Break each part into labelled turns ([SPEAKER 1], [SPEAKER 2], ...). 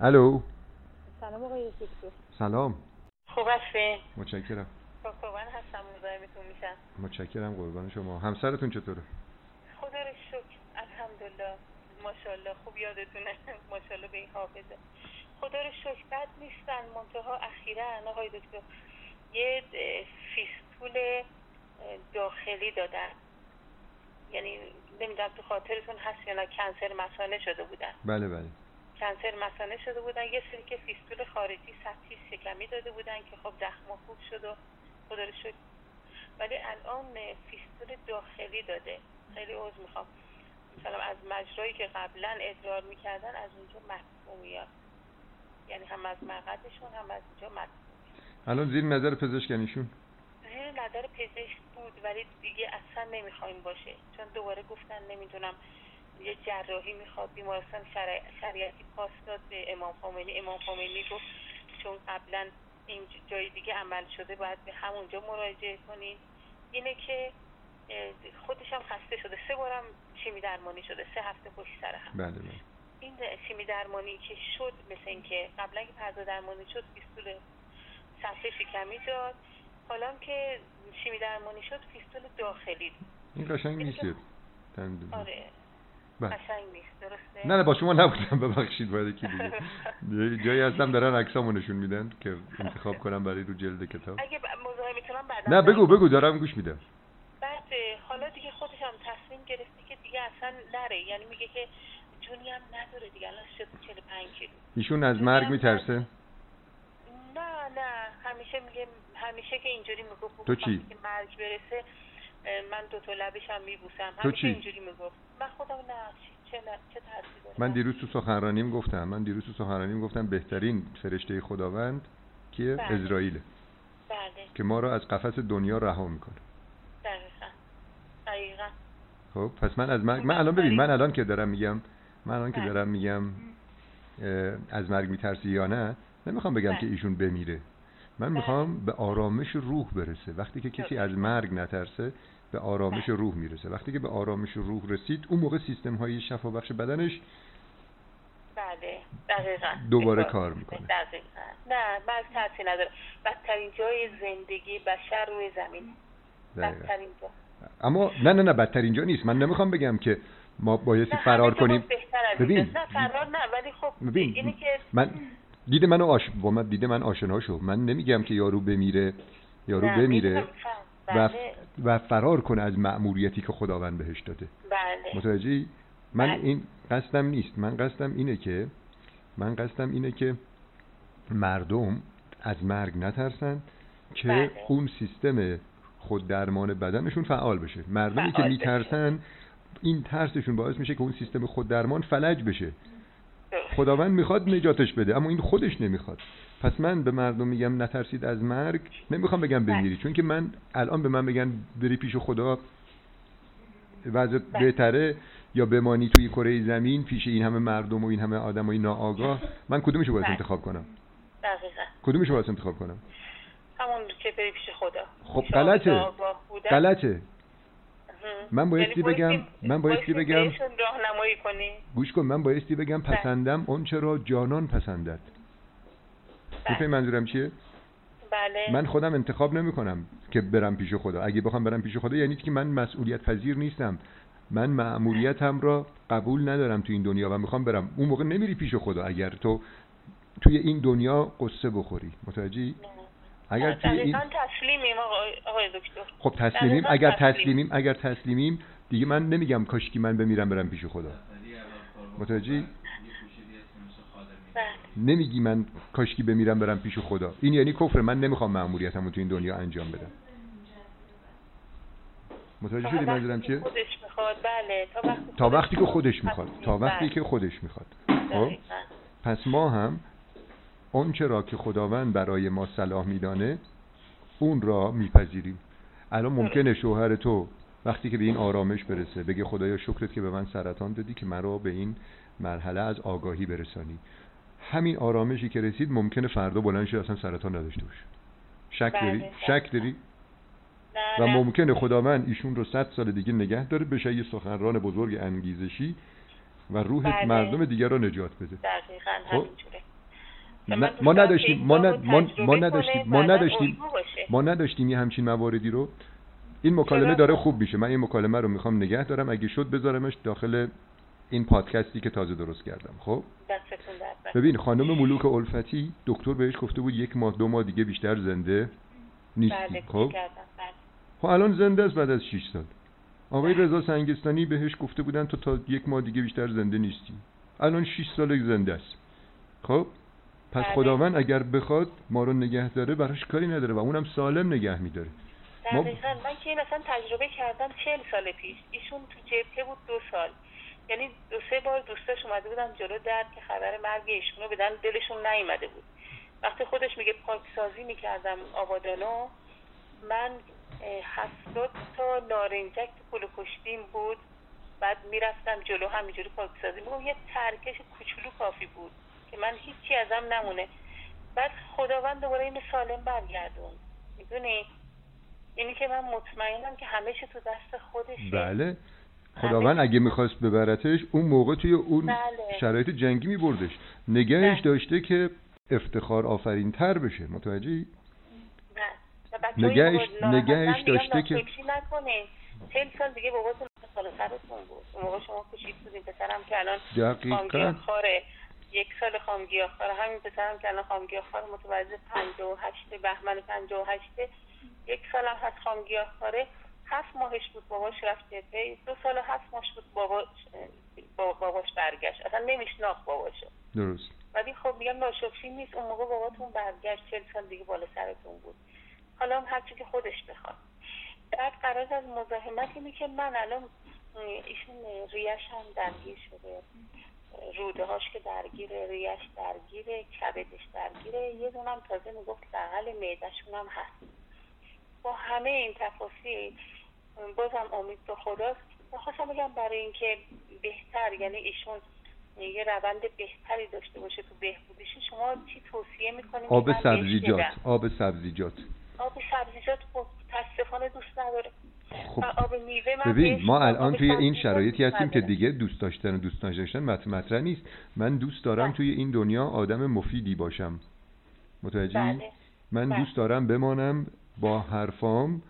[SPEAKER 1] الو
[SPEAKER 2] سلام آقای دکتر
[SPEAKER 1] سلام
[SPEAKER 2] خوب هستین
[SPEAKER 1] متشکرم
[SPEAKER 2] قربان هستم مزاحمتون میشم
[SPEAKER 1] متشکرم قربان شما همسرتون چطوره
[SPEAKER 2] خدا رو شکر الحمدلله ماشاءالله خوب یادتونه ماشاءالله به این حافظه خدا رو شکر بد نیستن منتها اخیرا آقای دکتر یه اه، فیستول اه، داخلی دادن یعنی نمیدونم تو خاطرتون هست یا نه کنسر مثانه شده بودن
[SPEAKER 1] بله بله
[SPEAKER 2] کنسر مثانه شده بودن یه سری که فیستول خارجی سطحی شکمی داده بودن که خب زخم خوب شد و خدا رو شکر ولی الان فیستول داخلی داده خیلی عوض میخوام مثلا از مجرایی که قبلا ادرار میکردن از اونجا مدفوع میاد یعنی هم از مقدشون هم از اینجا مدفوع
[SPEAKER 1] الان زیر نظر پزشکنیشون
[SPEAKER 2] زیر نظر پزشک بود ولی دیگه اصلا نمیخوایم باشه چون دوباره گفتن نمیدونم یه جراحی میخواد بیمارستان شرع... شریعتی پاس داد به امام خمینی امام خمینی گفت چون قبلا این ج- جای دیگه عمل شده باید به همونجا مراجعه کنین اینه که اه، خودشم خسته شده سه بارم شیمی درمانی شده سه هفته پشت سر هم
[SPEAKER 1] بله بله
[SPEAKER 2] این شیمی درمانی که شد مثل اینکه قبلا که پردا درمانی شد فیستول سطح شکمی داد حالا که شیمی درمانی شد فیستول داخلی
[SPEAKER 1] این قشنگ نیست که تن-
[SPEAKER 2] آره
[SPEAKER 1] بله.
[SPEAKER 2] قشنگ نیست درسته
[SPEAKER 1] نه نه با شما نبودم ببخشید باید یکی دیگه یه جایی هستم دارن عکسامو نشون میدن که انتخاب کنم برای رو جلد کتاب
[SPEAKER 2] اگه ب- مزاحمتونم بعدا
[SPEAKER 1] نه بگو
[SPEAKER 2] نگید.
[SPEAKER 1] بگو دارم گوش میدم
[SPEAKER 2] بعد اه، حالا دیگه خودش هم تصمیم گرفته که دیگه اصلا نره یعنی میگه که جونی هم نداره دیگه الان شده 45 کیلو
[SPEAKER 1] ایشون از مرگ میترسه
[SPEAKER 2] نه نه همیشه میگه همیشه که اینجوری میگفت
[SPEAKER 1] تو چی؟
[SPEAKER 2] وقتی که مرگ برسه اه، من دو تا لبشم میبوسم
[SPEAKER 1] تو
[SPEAKER 2] همیشه
[SPEAKER 1] چی؟
[SPEAKER 2] اینجوری میگفت من خودم نه چه- چه نه- چه ترسی داره
[SPEAKER 1] من دیروز تو سخنرانیم گفتم من دیروز تو سخنرانیم گفتم بهترین فرشته خداوند که
[SPEAKER 2] بله.
[SPEAKER 1] اسرائیله
[SPEAKER 2] بله
[SPEAKER 1] که ما را از قفس دنیا رها میکنه
[SPEAKER 2] دقیقا دقیقا
[SPEAKER 1] خب پس من از مرگ من الان ببین من الان که دارم میگم من الان که
[SPEAKER 2] بله.
[SPEAKER 1] دارم میگم اه، از مرگ میترسی یا نه نمیخوام بگم
[SPEAKER 2] بله.
[SPEAKER 1] که ایشون بمیره من
[SPEAKER 2] بله.
[SPEAKER 1] میخوام به آرامش روح برسه وقتی که کسی از مرگ نترسه به آرامش
[SPEAKER 2] بله.
[SPEAKER 1] روح میرسه وقتی که به آرامش روح رسید اون موقع سیستم های شفا بخش بدنش
[SPEAKER 2] بله دقیقا
[SPEAKER 1] دوباره
[SPEAKER 2] بله.
[SPEAKER 1] کار میکنه.
[SPEAKER 2] دقیقا نه من ترسی نداره بدترین جای زندگی بشر روی زمین
[SPEAKER 1] دقیقا.
[SPEAKER 2] بدترین جا
[SPEAKER 1] اما نه نه نه بدتر اینجا نیست من نمیخوام بگم که ما بایستی
[SPEAKER 2] نه،
[SPEAKER 1] فرار
[SPEAKER 2] همه جا
[SPEAKER 1] کنیم
[SPEAKER 2] باز بهتر از
[SPEAKER 1] ببین.
[SPEAKER 2] اینجاست. نه فرار نه ولی خب
[SPEAKER 1] ببین،
[SPEAKER 2] اینه که
[SPEAKER 1] من دید منو آش... با من دید من آشنا شو من نمیگم که یارو بمیره یارو
[SPEAKER 2] نه،
[SPEAKER 1] بمیره
[SPEAKER 2] می‌دونم، فهم.
[SPEAKER 1] و,
[SPEAKER 2] بله.
[SPEAKER 1] و فرار کنه از مأموریتی که خداوند بهش داده
[SPEAKER 2] بله
[SPEAKER 1] متوجهی من
[SPEAKER 2] بله.
[SPEAKER 1] این قصدم نیست من قصدم اینه که من قصدم اینه که مردم از مرگ نترسن که
[SPEAKER 2] بله.
[SPEAKER 1] اون سیستم خوددرمان بدنشون فعال بشه مردمی که
[SPEAKER 2] فعال بشه.
[SPEAKER 1] میترسن این ترسشون باعث میشه که اون سیستم خوددرمان فلج بشه
[SPEAKER 2] درست.
[SPEAKER 1] خداوند میخواد نجاتش بده اما این خودش نمیخواد پس من به مردم میگم نترسید از مرگ نمیخوام بگم
[SPEAKER 2] بله.
[SPEAKER 1] بمیری چون که من الان به من بگن بری پیش خدا وضع
[SPEAKER 2] بله.
[SPEAKER 1] بهتره یا بمانی توی کره زمین پیش این همه مردم و این همه آدمای ناآگاه من کدومشو باید
[SPEAKER 2] بله.
[SPEAKER 1] انتخاب کنم
[SPEAKER 2] دقیقا
[SPEAKER 1] کدومشو باید انتخاب کنم
[SPEAKER 2] همون که بری پیش خدا
[SPEAKER 1] خب
[SPEAKER 2] شما
[SPEAKER 1] غلطه
[SPEAKER 2] آگاه بودن.
[SPEAKER 1] غلطه
[SPEAKER 2] هم.
[SPEAKER 1] من بایستی
[SPEAKER 2] یعنی
[SPEAKER 1] بگم- من بایستی بگم-
[SPEAKER 2] بهشون راهنمایی کنی
[SPEAKER 1] گوش کن من بایستی بگم
[SPEAKER 2] بله.
[SPEAKER 1] پسندم آنچه را جانان پسندد میفهمی منظورم چیه
[SPEAKER 2] بله
[SPEAKER 1] من خودم انتخاب نمیکنم که برم پیش خدا اگه بخوام برم پیش خدا یعنی که من مسئولیت پذیر نیستم من مأموریتم را قبول ندارم تو این دنیا و میخوام برم اون موقع نمیری پیش خدا اگر تو توی این دنیا قصه بخوری متوجهی اگر توی این
[SPEAKER 2] دقیقا تسلیمیم آقای آقای دکتر
[SPEAKER 1] خب تسلیمیم
[SPEAKER 2] دقیقاً
[SPEAKER 1] اگر
[SPEAKER 2] تسلیم.
[SPEAKER 1] تسلیمیم اگر تسلیمیم دیگه من نمیگم کاشکی من بمیرم برم پیش خدا متوجهی
[SPEAKER 2] بله
[SPEAKER 1] نمیگی من کاشکی بمیرم برم پیش خدا این یعنی کفر من نمیخوام مأموریتمو تو این دنیا انجام بدم متوجه شدی
[SPEAKER 2] تا وقتی
[SPEAKER 1] منظورم
[SPEAKER 2] که
[SPEAKER 1] چیه
[SPEAKER 2] خودش میخواد بله تا وقتی
[SPEAKER 1] تا
[SPEAKER 2] خودش
[SPEAKER 1] وقتی که خودش
[SPEAKER 2] می‌خواد.
[SPEAKER 1] میخواد تا وقتی که خودش میخواد خب
[SPEAKER 2] بله دقیقاً.
[SPEAKER 1] پس ما هم آنچه را که خداوند برای ما صلاح میدانه اون را میپذیریم الان ممکنه شوهر تو وقتی که به این آرامش برسه بگه خدایا شکرت که به من سرطان دادی که مرا به این مرحله از آگاهی برسانی همین آرامشی که رسید ممکنه فردا بلند شه اصلا سرطان نداشته باشه شک
[SPEAKER 2] بله، آره.
[SPEAKER 1] داری
[SPEAKER 2] دقیقاً.
[SPEAKER 1] شک داری
[SPEAKER 2] نه،
[SPEAKER 1] و
[SPEAKER 2] نه.
[SPEAKER 1] ممکنه خداوند ایشون رو صد سال دیگه نگه داره بشه یه سخنران بزرگ انگیزشی و روح
[SPEAKER 2] بله.
[SPEAKER 1] مردم دیگر را نجات بده
[SPEAKER 2] دقیقا
[SPEAKER 1] خب.
[SPEAKER 2] همینجوره و
[SPEAKER 1] نه-
[SPEAKER 2] من
[SPEAKER 1] ما
[SPEAKER 2] دوست دارم
[SPEAKER 1] نداشتیم
[SPEAKER 2] که
[SPEAKER 1] ما,
[SPEAKER 2] این
[SPEAKER 1] ند-
[SPEAKER 2] کار رو
[SPEAKER 1] ما,
[SPEAKER 2] تجربه
[SPEAKER 1] ما
[SPEAKER 2] کنه،
[SPEAKER 1] نداشتیم ما
[SPEAKER 2] بعداً
[SPEAKER 1] نداشتیم
[SPEAKER 2] الگو باشه.
[SPEAKER 1] ما نداشتیم یه همچین مواردی رو این مکالمه
[SPEAKER 2] چرا؟
[SPEAKER 1] داره خوب میشه من این مکالمه رو میخوام نگه دارم اگه شد بذارمش داخل این پادکستی که تازه درست کردم خب
[SPEAKER 2] دستتون درد نکنه.
[SPEAKER 1] ببین خانم ملوک الفتی دکتر بهش گفته بود یک ماه دو ماه دیگه بیشتر زنده نیستی
[SPEAKER 2] بله
[SPEAKER 1] خب
[SPEAKER 2] خب کردم بله
[SPEAKER 1] خب الان زنده است بعد از 6 سال آقای رضا سنگستانی بهش گفته بودن تو تا یک ماه دیگه بیشتر زنده نیستی الان 6 سال زنده است خب پس
[SPEAKER 2] بله.
[SPEAKER 1] خداوند اگر بخواد ما رو نگه داره براش کاری نداره و اونم سالم نگه میداره ما-
[SPEAKER 2] دقیقا من که این اصلا تجربه کردم چهل سال پیش ایشون تو جبهه بود دو سال یعنی دو سه بار دوستاش اومده بودن جلو در که خبر مرگ ایشون رو بدن دلشون نیومده بود وقتی خودش میگه پاکسازی میکردم آبادانو من اه، هفتاد تا نارنجک تو پلو کشتیم بود بعد میرفتم جلو همینجوری پاکسازی میگم یه ترکش کوچولو کافی بود که من هیچی ازم نمونه بعد خداوند دوباره اینو سالم برگردون میدونی یعنی که من مطمئنم که همه چی تو دست خودشه
[SPEAKER 1] بله خداوند اگه میخواست ببرتش اون موقع توی اون
[SPEAKER 2] بله.
[SPEAKER 1] شرایط جنگی میبردش نگهش
[SPEAKER 2] بله.
[SPEAKER 1] داشته که افتخار آفرین تر بشه متوجهی؟
[SPEAKER 2] نه. و بچه‌های
[SPEAKER 1] نگهش-
[SPEAKER 2] بابا ناراحتن،
[SPEAKER 1] نگهش
[SPEAKER 2] میگم
[SPEAKER 1] داشته که-
[SPEAKER 2] ناسکشی نکنین چهل سال دیگه باباتون سال سرتون بود اون موقع شما کوچیک بودین پسرم که الان
[SPEAKER 1] دقیقا
[SPEAKER 2] خامگیاخواره یک سال خامگیاخواره همین پسرم که الان خامگیاخوار متولد 58 بهمن 58 یک سالم هست خامگیاخواره هفت ماهش بود باباش رفت جبهه دو سال و هفت ماهش بود باباش با- باباش برگشت اصلا نمیشناخت باباشو
[SPEAKER 1] درست
[SPEAKER 2] ولی خب میگم ناشکری نیست اون موقع باباتون برگشت چل سال دیگه بالا سرتون بود حالا هم هرچی که خودش بخواد بعد قرار از مزاحمت اینه که من الان م، ایشون ریش هم درگیر شده روده هاش که درگیره ریش درگیره کبدش درگیره یه دونم تازه میگفت بغل معدهشون هم هست با همه این تفاصیل م، بازم امید به خداست و خواستم بگم برای اینکه بهتر یعنی ایشون یه روند بهتری داشته باشه تو بهبودیش شما چی توصیه میکنید
[SPEAKER 1] آب سبزیجات
[SPEAKER 2] بله.
[SPEAKER 1] آب سبزیجات
[SPEAKER 2] آب سبزیجات خب متاسفانه دوست نداره
[SPEAKER 1] خب،
[SPEAKER 2] و آب بله. میوه من
[SPEAKER 1] ببین
[SPEAKER 2] بهش
[SPEAKER 1] ما
[SPEAKER 2] میگم
[SPEAKER 1] الان
[SPEAKER 2] آب
[SPEAKER 1] توی این
[SPEAKER 2] سبزیجات
[SPEAKER 1] شرایطی
[SPEAKER 2] دوست
[SPEAKER 1] هستیم که
[SPEAKER 2] نداره.
[SPEAKER 1] دیگه دوست داشتن و دوست نداشتن مط- مطرح نیست من دوست دارم
[SPEAKER 2] بله.
[SPEAKER 1] توی این دنیا آدم مفیدی باشم متوجهی
[SPEAKER 2] بله.
[SPEAKER 1] من
[SPEAKER 2] بله.
[SPEAKER 1] دوست دارم بمانم با حرفام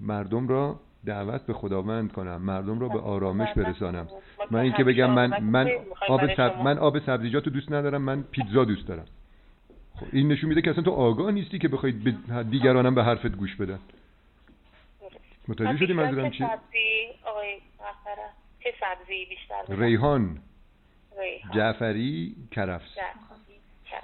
[SPEAKER 1] مردم را دعوت به خداوند کنم مردم را به آرامش
[SPEAKER 2] بله.
[SPEAKER 1] برسانم
[SPEAKER 2] ما
[SPEAKER 1] من
[SPEAKER 2] که
[SPEAKER 1] اینکه
[SPEAKER 2] همیشه
[SPEAKER 1] بگم من
[SPEAKER 2] آرامش
[SPEAKER 1] من
[SPEAKER 2] خیلی می‌خوایم
[SPEAKER 1] آب
[SPEAKER 2] برای
[SPEAKER 1] سب
[SPEAKER 2] شما.
[SPEAKER 1] من آب سبزیجاتو دوست ندارم من پیتزا دوست دارم خب این نشون میده که اصلا تو آگاه نیستی که بخوای به دیگرانم به حرفت گوش بدن متوجه
[SPEAKER 2] من
[SPEAKER 1] شدی
[SPEAKER 2] بیشتر
[SPEAKER 1] منظورم
[SPEAKER 2] چه
[SPEAKER 1] چیه
[SPEAKER 2] سبزی آقای اختر چه سبزی بیشتر بدم؟
[SPEAKER 1] ریحان
[SPEAKER 2] ریحان
[SPEAKER 1] جعفری کرفس
[SPEAKER 2] جعفری، کرم.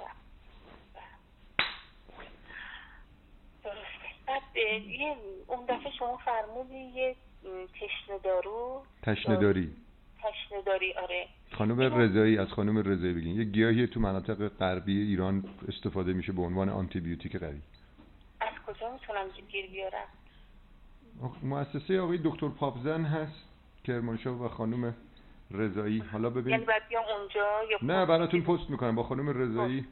[SPEAKER 2] درسته بعد اه، یه اون دفعه شما فرمودی یه م، تشنه دارو
[SPEAKER 1] تشنهداری
[SPEAKER 2] تشنه داری آره
[SPEAKER 1] خانم رضایی از خانم رضایی بگین یه گیاهی تو مناطق غربی ایران استفاده میشه به عنوان آنتی بیوتیک قوی
[SPEAKER 2] از کجا میتونم گیر بیارم
[SPEAKER 1] آخ، مؤسسه آقای دکتر پاپزن هست کرمانشاه و خانم رضایی حالا
[SPEAKER 2] یعنی
[SPEAKER 1] ببین
[SPEAKER 2] باید بیام اونجا یا
[SPEAKER 1] نه براتون پست میکنم با خانم رضایی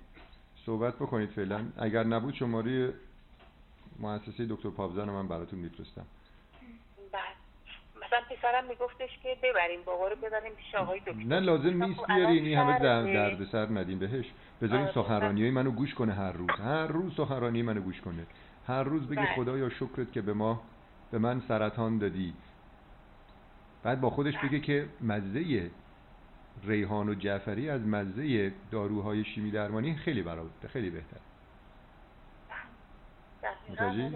[SPEAKER 1] صحبت بکنید فعلا اگر نبود شماره مؤسسه دکتر پاپزن رو من براتون میفرستم
[SPEAKER 2] بعد مثلا پسرم میگفتش که ببریم بابا رو ببریم پیش آقای دکتر
[SPEAKER 1] نه لازم
[SPEAKER 2] خب،
[SPEAKER 1] نیست
[SPEAKER 2] الان
[SPEAKER 1] بیاری این همه در
[SPEAKER 2] سرده.
[SPEAKER 1] درد سر ندیم بهش بذارین
[SPEAKER 2] آره،
[SPEAKER 1] سخنرانی های منو گوش کنه هر روز هر روز سخنرانی منو گوش کنه هر روز بگه
[SPEAKER 2] بله.
[SPEAKER 1] خدایا شکرت که به ما به من سرطان دادی بعد با خودش
[SPEAKER 2] بله.
[SPEAKER 1] بگه که مزه ریحان و جعفری از مزه داروهای شیمی درمانی خیلی برابر خیلی بهتر
[SPEAKER 2] دقیقاً،
[SPEAKER 1] متوجهی؟
[SPEAKER 2] آره.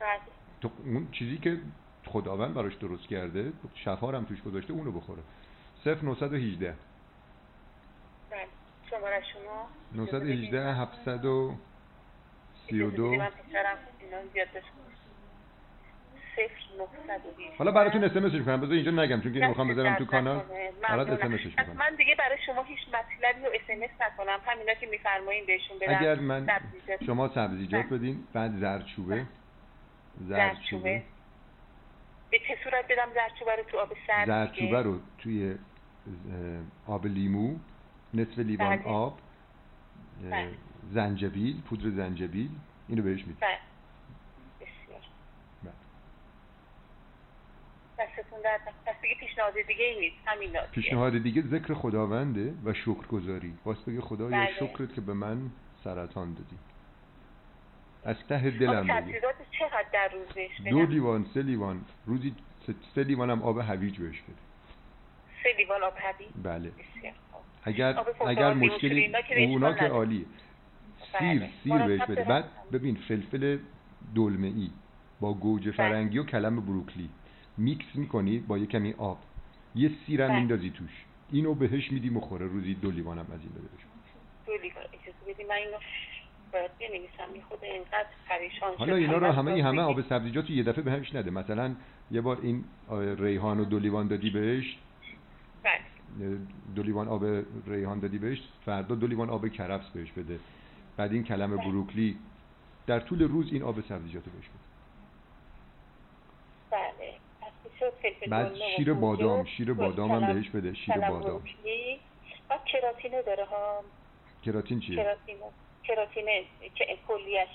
[SPEAKER 2] بعد
[SPEAKER 1] تو اون چیزی که خداوند براش درست کرده شفا رو هم توش گذاشته اونو بخوره 0918
[SPEAKER 2] بعد شماره شما
[SPEAKER 1] 918
[SPEAKER 2] اجازه بدید
[SPEAKER 1] 732
[SPEAKER 2] من پسرم اینا زیاد داشت صفر نهصد و بیست.
[SPEAKER 1] حالا براتون اسمسش میکنم بذار اینجا نگم چون که اینو
[SPEAKER 2] دست
[SPEAKER 1] میخوام بذارم تو
[SPEAKER 2] درد
[SPEAKER 1] کانال
[SPEAKER 2] نکنه.
[SPEAKER 1] برات
[SPEAKER 2] ممنونم.
[SPEAKER 1] اسمسش
[SPEAKER 2] پس
[SPEAKER 1] میکنم
[SPEAKER 2] من دیگه برای شما هیچ مطلبی رو اس نکنم همینا که میفرمایین بهشون بدم
[SPEAKER 1] اگر من
[SPEAKER 2] سبزیجات.
[SPEAKER 1] شما سبزیجات
[SPEAKER 2] بله.
[SPEAKER 1] بدین بعد زردچوبه زردچوبه
[SPEAKER 2] زردچوبه به چه صورت بدم زردچوبه رو تو آب سرد دیگه؟
[SPEAKER 1] زردچوبه رو توی اه، آب لیمو نصف لیوان
[SPEAKER 2] بله.
[SPEAKER 1] آب اه،
[SPEAKER 2] بله.
[SPEAKER 1] زنجبیل پودر زنجبیل اینو بهش میدم
[SPEAKER 2] بله. بسیار
[SPEAKER 1] بله.
[SPEAKER 2] دستتون درد نکنه. پس دیگه پیشنهاد دیگه ای نیست همینا دیگه.
[SPEAKER 1] پیشنهاد دیگه ذکر خداونده و شکرگزاری باز بگه خدایا
[SPEAKER 2] بله.
[SPEAKER 1] شکرت که به من سرطان دادی از ته دلم
[SPEAKER 2] آب
[SPEAKER 1] بگی
[SPEAKER 2] تبلیغات خب، چقدر در روز بهش
[SPEAKER 1] دو
[SPEAKER 2] بدم
[SPEAKER 1] لیوان سه لیوان روزی سه- سه لیوان هم آب هویج بهش بده
[SPEAKER 2] سه لیوان آب هوی
[SPEAKER 1] بله
[SPEAKER 2] بسیار خوب.
[SPEAKER 1] اگر
[SPEAKER 2] آب کوکا،
[SPEAKER 1] اگر
[SPEAKER 2] لیمو شیرین،
[SPEAKER 1] مشکلی
[SPEAKER 2] اینا که بهش
[SPEAKER 1] اونا
[SPEAKER 2] کار
[SPEAKER 1] که
[SPEAKER 2] نداره.
[SPEAKER 1] عالی سیر
[SPEAKER 2] بله.
[SPEAKER 1] سیر بهش
[SPEAKER 2] مرتب
[SPEAKER 1] بده
[SPEAKER 2] درست
[SPEAKER 1] بعد
[SPEAKER 2] کنم.
[SPEAKER 1] ببین فلفل دلمه ای با
[SPEAKER 2] بله.
[SPEAKER 1] گوجه فرنگی و کلم بروکلی میکس میکنی با یه کمی آب یه سیرم
[SPEAKER 2] بله.
[SPEAKER 1] میندازی توش اینو بهش میدی مخوره روزی دو لیوانم از این بده بهش.
[SPEAKER 2] دو لیوان اجازه بدی من اینو باید بنویسم یه خود اینقدر پریشان
[SPEAKER 1] حالا
[SPEAKER 2] شدم.
[SPEAKER 1] اینا رو
[SPEAKER 2] من
[SPEAKER 1] همه
[SPEAKER 2] باید
[SPEAKER 1] همه
[SPEAKER 2] بگم.
[SPEAKER 1] آب سبزیجات رو یه دفعه بهش نده مثلا یه بار این آه، ریحان و دو لیوان دادی بهش
[SPEAKER 2] بله
[SPEAKER 1] دو لیوان آب ریحان دادی بهش فردا دو لیوان آب کرفس بهش بده بعد این کلم
[SPEAKER 2] بله.
[SPEAKER 1] بروکلی در طول روز این آب سبزیجات رو بهش بده
[SPEAKER 2] بله پس می‌شد فلفل
[SPEAKER 1] بعد
[SPEAKER 2] دلمه و
[SPEAKER 1] شیر
[SPEAKER 2] گوجه
[SPEAKER 1] بادام
[SPEAKER 2] و
[SPEAKER 1] شیر بادام هم
[SPEAKER 2] کلم-
[SPEAKER 1] بهش بده شیر
[SPEAKER 2] کلم
[SPEAKER 1] بادام
[SPEAKER 2] بروکلی. بعد کراتینو داره ها
[SPEAKER 1] کراتین چیه
[SPEAKER 2] کراتینو کراتینه که کلیش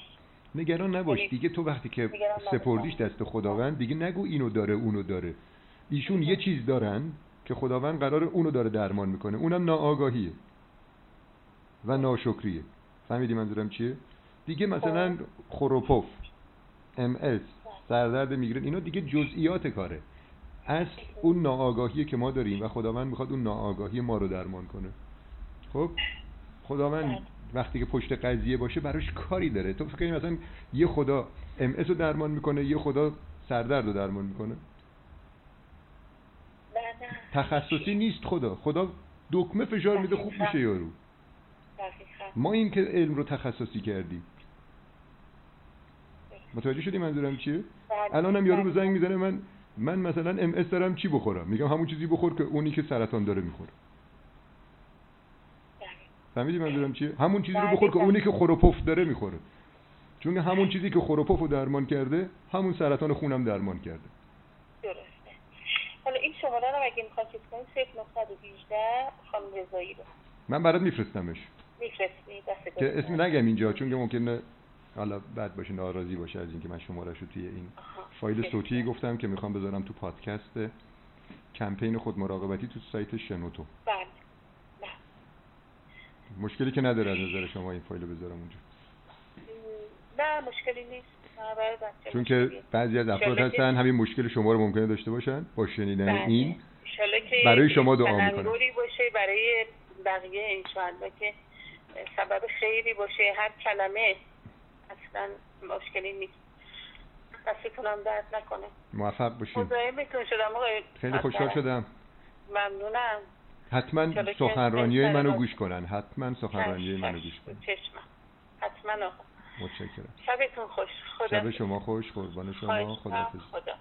[SPEAKER 1] نگران نباش
[SPEAKER 2] یعنی-
[SPEAKER 1] دیگه تو وقتی که
[SPEAKER 2] نگران نباش.
[SPEAKER 1] سپردیش دست خداوند دیگه نگو اینو داره اونو داره ایشون یه چیز دارن که خداوند قرار اونو داره درمان میکنه اونم ناآگاهیه و ناشکریه فهمیدی منظورم چیه دیگه مثلا
[SPEAKER 2] خب.
[SPEAKER 1] خروپوف ام سردرد میگرن اینا دیگه جزئیات کاره اصل اون ناآگاهیه که ما داریم و خداوند میخواد اون ناآگاهی ما رو درمان کنه خب خداوند
[SPEAKER 2] بله.
[SPEAKER 1] وقتی که پشت قضیه باشه براش کاری داره تو فکر کنی مثلا یه خدا ام رو درمان میکنه یه خدا سردرد رو درمان میکنه
[SPEAKER 2] نه نه بله.
[SPEAKER 1] تخصصی نیست خدا خدا دکمه فشار میده خوب میشه یارو
[SPEAKER 2] دقیقاً.
[SPEAKER 1] ما این که علم رو تخصصی کردیم متوجه شدی منظورم چیه
[SPEAKER 2] بله،
[SPEAKER 1] الانم یارو
[SPEAKER 2] بله.
[SPEAKER 1] به زنگ میزنه من من مثلا ام اس دارم چی بخورم میگم همون چیزی بخور که اونی که سرطان داره میخوره فهمیدی منظورم چیه همون چیزی رو
[SPEAKER 2] بله،
[SPEAKER 1] بخور که
[SPEAKER 2] بله.
[SPEAKER 1] اونی که خروپف داره میخوره چون همون چیزی که خروپف رو درمان کرده همون سرطان خونم درمان کرده
[SPEAKER 2] درسته حالا این شماره رو اگه میخواد چیز کنید صرف خانم رضایی رو
[SPEAKER 1] من برات میفرستمش
[SPEAKER 2] میفرستی دست
[SPEAKER 1] که اسم نگم اینجا چون که ممکنه حالا بد باشه ناراضی باشه از اینکه من شمارش رو توی این فایل صوتی گفتم که میخوام بذارم تو پادکست کمپین خود مراقبتی تو سایت شنوتو
[SPEAKER 2] بله
[SPEAKER 1] مشکلی که نداره از نظر شما این فایل رو بذارم اونجا
[SPEAKER 2] م، نه مشکلی نیست نه، برای بچه
[SPEAKER 1] چون
[SPEAKER 2] مشکلیه.
[SPEAKER 1] که بعضی از افراد
[SPEAKER 2] انشالله که-
[SPEAKER 1] هستن همین مشکل شما رو ممکنه داشته باشن با شنیدن
[SPEAKER 2] بله.
[SPEAKER 1] این
[SPEAKER 2] انشالله که
[SPEAKER 1] برای شما دعا می‌کنم.
[SPEAKER 2] تلنگری باشه برای بقیه انشالله که سبب خیری باشه هر کلمه اصلا مشکلی نیست دستی کنم درد نکنه
[SPEAKER 1] موفق باشین
[SPEAKER 2] خب، مزاحمتون شدم آقای
[SPEAKER 1] خیلی خوشحال
[SPEAKER 2] مطلب.
[SPEAKER 1] شدم
[SPEAKER 2] ممنونم
[SPEAKER 1] حتما
[SPEAKER 2] انشالله که
[SPEAKER 1] سخنرانی های
[SPEAKER 2] بهتر
[SPEAKER 1] منو
[SPEAKER 2] باشه.
[SPEAKER 1] گوش کنن حتما سخنرانی های
[SPEAKER 2] چشم،
[SPEAKER 1] منو
[SPEAKER 2] چشم،
[SPEAKER 1] گوش کنن
[SPEAKER 2] چشمم حتما آقا
[SPEAKER 1] متشکرم
[SPEAKER 2] شبتون خوش خدا
[SPEAKER 1] شب شما خوش قربان شما
[SPEAKER 2] خواهش
[SPEAKER 1] خداحافظ
[SPEAKER 2] می‌کنم. خدا